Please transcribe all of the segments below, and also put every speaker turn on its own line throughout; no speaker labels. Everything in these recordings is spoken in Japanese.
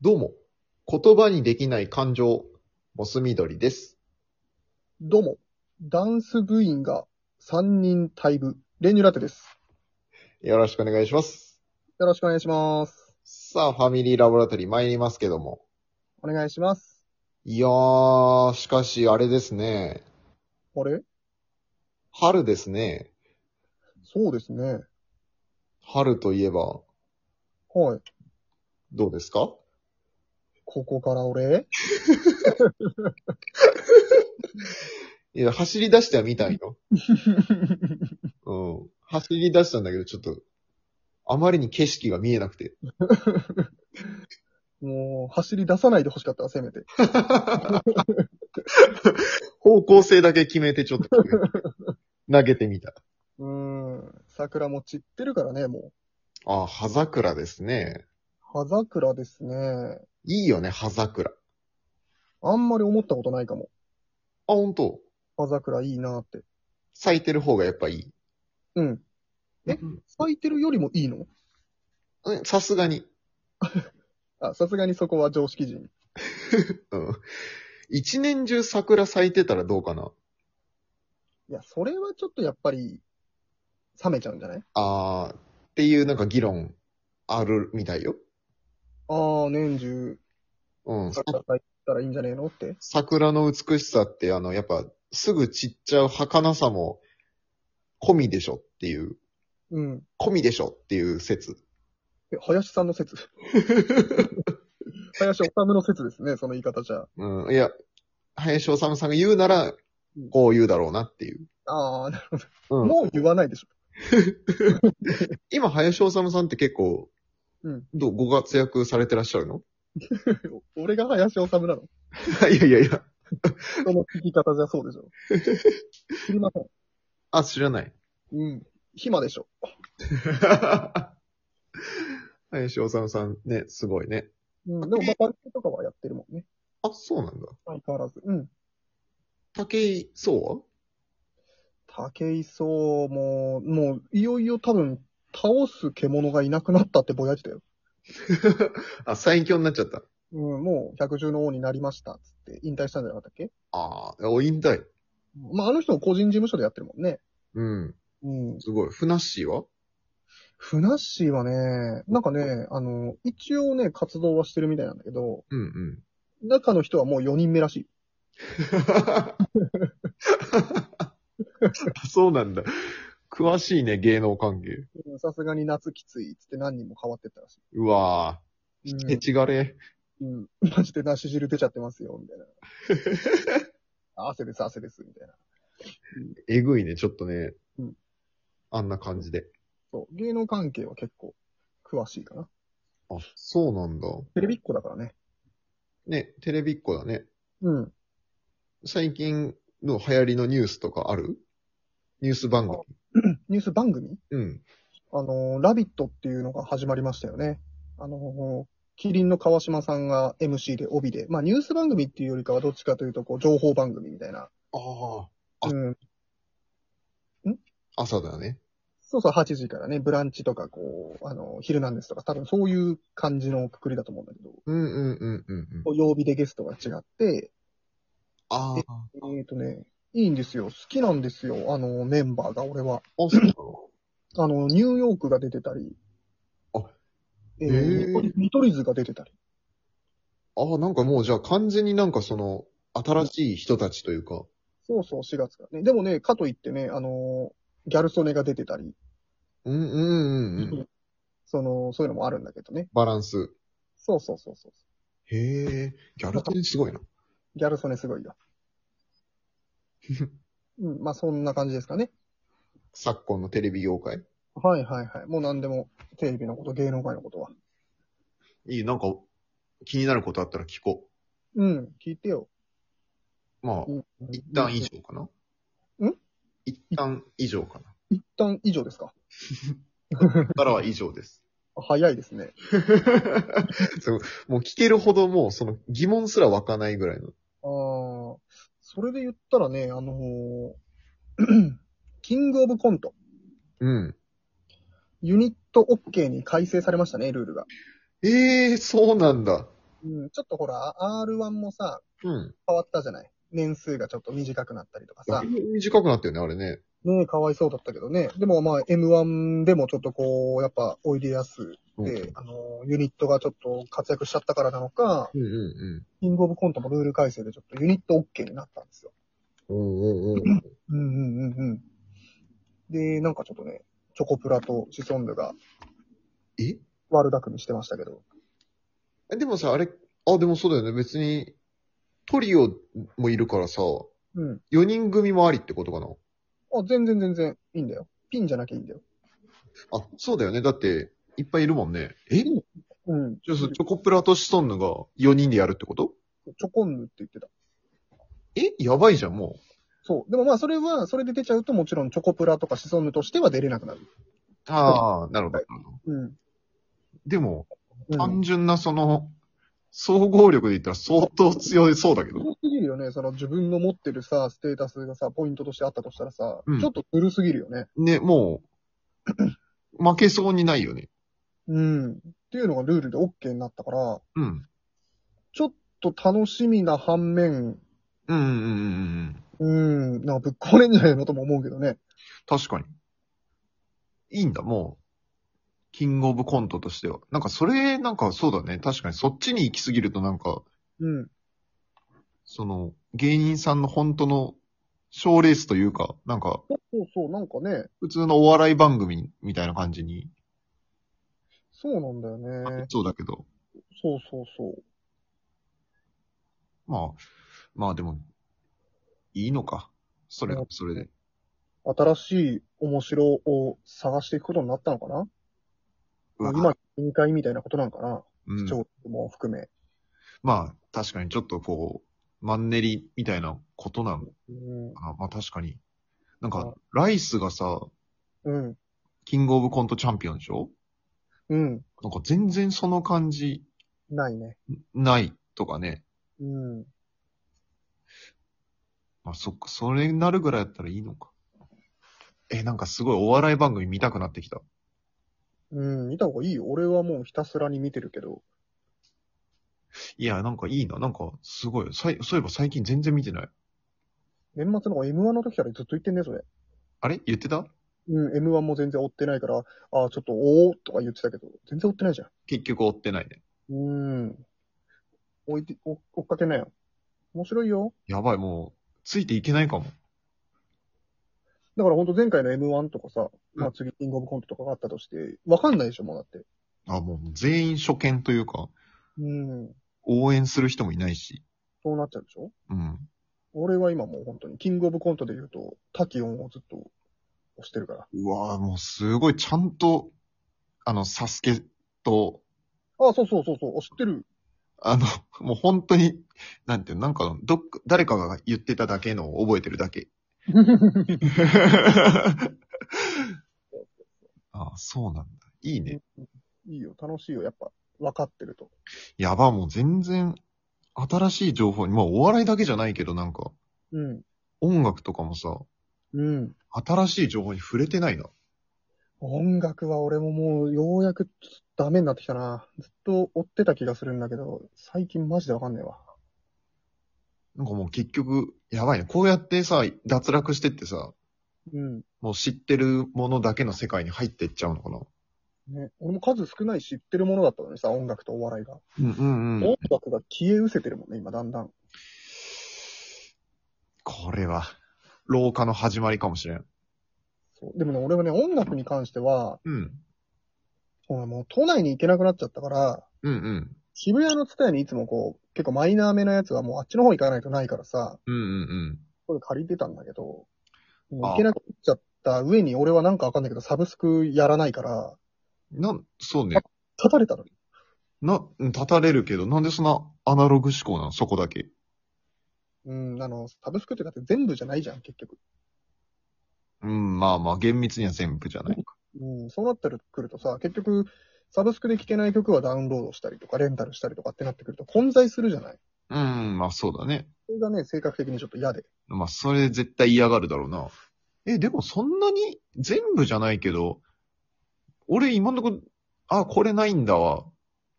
どうも、言葉にできない感情、モスミドリです。
どうも、ダンス部員が3人退部、練乳ラテです。
よろしくお願いします。
よろしくお願いします。
さあ、ファミリーラボラトリー参りますけども。
お願いします。
いやー、しかし、あれですね。
あれ
春ですね。
そうですね。
春といえば、
はい。
どうですか
ここから俺
いや、走り出してはみたいよ。うん。走り出したんだけど、ちょっと、あまりに景色が見えなくて。
もう、走り出さないで欲しかったわ、せめて。
方向性だけ決めて、ちょっと決めて投げてみた。
うーん。桜も散ってるからね、も
あー、葉桜ですね。
う。葉桜ですね。
いいよね、葉桜。あ、
あんまり思ったことないかも。
ほんと
葉桜いいなって。
咲いてる方がやっぱいい。
うん。え
うん
咲いてるよりもいいの
うんさすがに。
あ、さすがにそこは常識人。
うん。一年中桜咲いてたらどうかな。
いや、それはちょっとやっぱり、冷めちゃうんじゃない
あー、っていうなんか議論あるみたいよ。
ああ、年中、
うん。さ
桜咲いたらいいんじゃねえのって。
桜の美しさってあの、やっぱすぐ散っちゃう儚さも込みでしょっていう、
うん。
込みでしょっていう説。
え、林さんの 説。林修の説ですね、その言い方じゃ。
うん。いや、林修さんが言うなら、こう言うだろうなっていう。
ああ、なるほ
う
ど。
ん。
もう言わないでしょ。
今、林修さんって結構、
うん
どう、ご活躍されてらっしゃるの
俺が林修なの。
いやいやいや。
その聞き方じゃそうでしょ。知りません。
あ、知らない。
うん。暇でしょ。
林修さんね、すごいね。
うん。でも、まあ、バイトとかはやってるもんね。
あ、そうなんだ。
相変わらず。うん。
竹井壮
竹磯も、もう、いよいよ多分、倒す獣がいなくなったってぼやいてたよ。
は あ、最強になっちゃった。
うん、もう、百獣の王になりました。つって、引退したんじゃなかったっけ
ああ、お引退。
まあ、あの人も個人事務所でやってるもんね。
うん、
うん。
すごい。ふなっしーは
ふなっしーはね、なんかね、あの、一応ね、活動はしてるみたいなんだけど、
うんうん。
中の人はもう4人目らしい。
そうなんだ。詳しいね、芸能関係。
うんさすがに夏きついっつって何人も変わってったらし
うわ
い。
ぁ、へちがれ。
うん。うん、マジでなし汁出ちゃってますよ、みたいな。汗です、汗です、みたいな。
えぐいね、ちょっとね。
うん
あんな感じで。
そう。芸能関係は結構詳しいかな。
あ、そうなんだ。
テレビっ子だからね。
ね、テレビっ子だね。
うん。
最近の流行りのニュースとかあるニュース番組。
ニュース番組
うん。
あのー、ラビットっていうのが始まりましたよね。あのー、キリンの川島さんが MC で帯で、まあニュース番組っていうよりかはどっちかというと、こう、情報番組みたいな。
ああ
うん。
あ。朝だね。
そうそう、8時からね、ブランチとか、こう、あの、昼なんですとか、多分そういう感じのくくりだと思うんだけど、
うんうんうんうんうん。
曜日でゲストが違って、
ああ。
えっ、とね、いいんですよ。好きなんですよ。あの、メンバーが、俺は。
あ、そうなの
あの、ニューヨークが出てたり、
あ、
え
へー
ー、見取り見取り図が出てたり。
ああ、なんかもうじゃあ完全になんかその、新しい人たちというか。
そうそう、4月からね。でもね、かといってね、あの、ギャル曽根が出てたり、
うんうんうんうん。
その、そういうのもあるんだけどね。
バランス。
そうそうそうそう。
へえ、ギャルテンすごいな。
ギャル曽根すごい よ。うん、まあそんな感じですかね。
昨今のテレビ業界。
はいはいはい。もう何でも、テレビのこと、芸能界のことは。
いい、なんか、気になることあったら聞こ
うん、聞いてよ。
う。まあ、
うん
一旦以上かな。
ん
一旦以上かな。
一旦以上ですか。
ここからは以上です。
早いですね。
そうもう聞けるほどもうその疑問すら湧かないぐらいの。
ああ、それで言ったらね、あの ーキングオブコント、
うん。
ユニット OK に改正されましたね、ルールが。
ええそうなんだ。
うん、ちょっとほら、R1 もさ、
うん。
変わったじゃない年数がちょっと短くなったりとかさ。
短くなったよね、あれね。
ねえ、かわいそうだったけどね。でもまあ、M1 でもちょっとこう、やっぱ、おいでやす
うん。うん
で、あの、ユニットがちょっと活躍しちゃったからなのか、
うん
キングオブコントもルール改正でちょっとユニット OK になったんですよ。
うん。うんうんうん。
うんうんうんうん。で、なんかちょっとね、チョコプラとシソンヌが
え
悪巧みしてましたけど。
えでもさ、あれ、あ、でもそうだよね。別に、トリオもいるからさ、
うん。
4人組もありってことかな。
あ、全然全然いいんだよ。ピンじゃなきゃいいんだよ。
あ、そうだよね。だって、いっぱいいるもんね。えじ
うん。
ゃあそのチョコプラとシソンヌが4人でやるってこと
チョコンヌって言ってた。
えやばいじゃん、もう。
そう。でもまあ、それは、それで出ちゃうともちろんチョコプラとかシソンヌとしては出れなくなる。
ああ、なるほど
は。うん。
でも、
うん
単純なその、総合力で言ったら相当強いそうだけど。
多すぎるよね。その自分の持ってるさ、ステータスがさ、ポイントとしてあったとしたらさ、
うん
ちょっとずるすぎるよね。
ね、もう、 負けそうにないよね。
うん。っていうのがルールで OK になったから、
うん。
ちょっと楽しみな反
う
面、
んうんうんうんうん。
うん、なんかぶっ壊れんじゃないのとも思うけどね。
確かに。いいんだ、もう。キングオブコントとしては。なんかそれ、なんかそうだね。確かにそっちに行き過ぎるとなんか、
うん。
その、芸人さんの本当の賞レースというか、なんか、
そうそうそう、なんかね、
普通のお笑い番組みたいな感じに、
そうなんだよね。
そうだけど。
そうそうそう。
まあ、まあでも、いいのか。それが、それで。
新しい面白を探していくことになったのかな
うわ
今、委会みたいなことなんかな
うん
視聴も含め。
まあ、確かにちょっとこう、マンネリみたいなことなのか
うん。
な。まあ確かに。なんか
あ、
ライスがさ、
うん。
キングオブコントチャンピオンでしょ
うん。
なんか全然その感じ、
ないね。
ないとかね。
うん。
まあそっか、それになるぐらいだったらいいのか。え、なんかすごいお笑い番組見たくなってきた。
うん、見た方がいいよ。俺はもうひたすらに見てるけど。
いや、なんかいいな。なんか、すごい。さいそういえば最近全然見てない。
年末の M1 の時からずっと言ってんね、それ。
あれ言ってた
うん、M1 も全然追ってないから、ああ、ちょっと、おーとか言ってたけど、全然追ってないじゃん。
結局追ってないね。
うん。追いて、追追っかけなよ。面白いよ。
やばい、もう、ついていけないかも。
だからほんと前回の M1 とかさ、ま
う
あ次、キングオブコントとかがあったとして、わかんないでしょ、もうだって。
あ、もう全員初見というか、
うん。
応援する人もいないし。
そうなっちゃうでしょ
うん。
俺は今もう本当に、キングオブコントで言うと、タキオンをずっと押してるから。
うわぁ、もうすごい、ちゃんと、あの、サスケと、
ああ、そうそうそうそう、押し てる。
あの、もう本当に、なんていうの、なんか、どっか、誰かが言ってただけのを覚えてるだけ。あそうなんだ。いいね。
いいよ、楽しいよ、やっぱ。分かってると。
やば、もう全然、新しい情報に、まあお笑いだけじゃないけど、なんか、
うん。
音楽とかもさ、
うん。
新しい情報に触れてないな。
音楽は俺ももう、ようやくちょっとダメになってきたな。ずっと追ってた気がするんだけど、最近マジでわかんねえわ。
なんかもう結局、やばいね。こうやってさ、脱落してってさ、
うん。
もう知ってるものだけの世界に入ってっちゃうのかな。
ね、俺も数少ない知ってるものだったのにさ、音楽とお笑いが。
うんうん
音楽が消え失せてるもんね、今、だんだん。
これは、老化の始まりかもしれん。
そう。でもね、俺はね、音楽に関しては、
うん。
ほらもう都内に行けなくなっちゃったから、
うんうん。
渋谷のツタヤにいつもこう、結構マイナーめなやつはもうあっちの方行かないとないからさ、
うんうん
これ借りてたんだけど、もう
あ
行けなくなっちゃった上に俺はなんかわかんないけど、サブスクやらないから、
うん。なん、そうね。
立たれたのに。
な、うん立たれるけど、なんでそんなアナログ思考なのそこだけ。
うん、あの、サブスクってだって全部じゃないじゃん、結局。
うん、まあまあ、厳密には全部じゃないか。
うん、そうなってくるとさ、結局、サブスクで聴けない曲はダウンロードしたりとか、レンタルしたりとかってなってくると混在するじゃない。
うん、まあそうだね。
それがね、性格的にちょっと嫌で。
まあ、それ絶対嫌がるだろうな。え、でもそんなに、全部じゃないけど、俺今んとこ、あ、これないんだわ。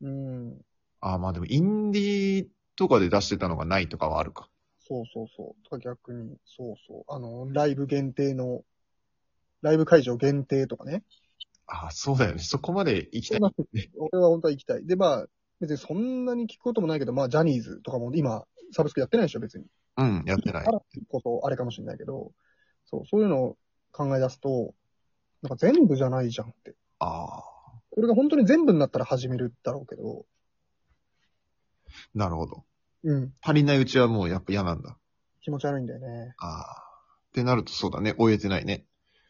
うん。
ああ、まあでも、インディーとかで出してたのがないとかはあるか。
そうそうそう。とか逆に、そうそう。あの、ライブ限定の、ライブ会場限定とかね。
ああ、そうだよね。そこまで行きた
そ
い
ん。な俺は本当は行きたい。で、まあ、別にそんなに聞くこともないけど、まあ、ジャニーズとかも今、サブスクやってないでしょ、別に。
うん、やってない
だか。らこそ、あれかもしれないけど、そう、そういうのを考え出すと、なんか全部じゃないじゃんって。
ああ、
これが本当に全部になったら始めるだろうけど、
なるほど。
うん、
足りないうちはもうやっぱ嫌なんだ。
気持ち悪いんだよね。
ああ。ってなるとそうだね。終えてないね。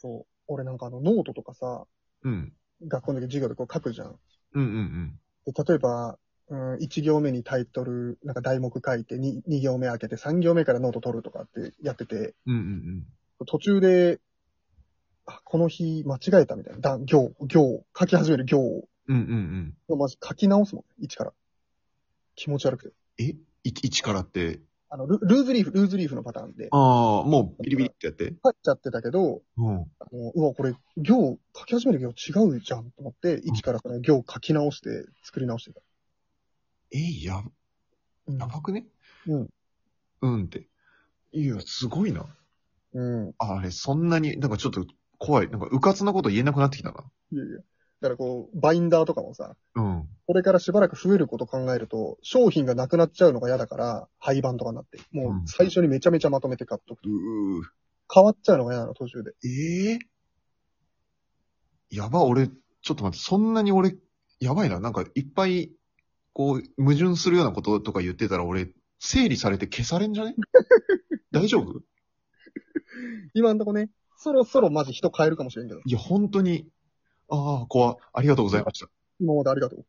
そう。俺なんかあの、ノートとかさ、
うん。
学校の時授業でこう書くじゃん。
うんうんうん。
で例えば、うん、1行目にタイトル、なんか題目書いて2、2行目開けて、3行目からノート取るとかってやってて、
うんうん
途中で、あ、この日間違えたみたいな、だ行、行、書き始める行を、
うん。うんうんうん。
まず書き直すもん、一から。気持ち悪く
え
て。
い一からって。
あのル、ルーズリーフ、ルーズリーフのパターンで、
ああ、もうビリビリってやって。
書いちゃってたけど、
うん。
あのうわ、これ、行、書き始める行違うじゃんと思って、一からその行書き直して、作り直してた。
え、や、
うん
やばくね
うん。
うんって。いや、すごいな。
うん。
あれ、そんなに、なんかちょっと怖い。なんか、うかつなこと言えなくなってきたな。
いやいや。だからこう、バインダーとかもさ、
うん。
これからしばらく増えること考えると、商品がなくなっちゃうのが嫌だから、廃盤とかになって、もう最初にめちゃめちゃまとめて買っとくと。
うー。
変わっちゃうのが嫌なの、途中で。
ええやば、俺、ちょっと待って、そんなに俺、やばいな。なんか、いっぱい、こう、矛盾するようなこととか言ってたら、俺、整理されて消されんじゃね大丈夫
今んとこね、そろそろマジ人変えるかもしれんけど、
いや、本当に、ああ、怖、ありがとうございました。
今までありがとう。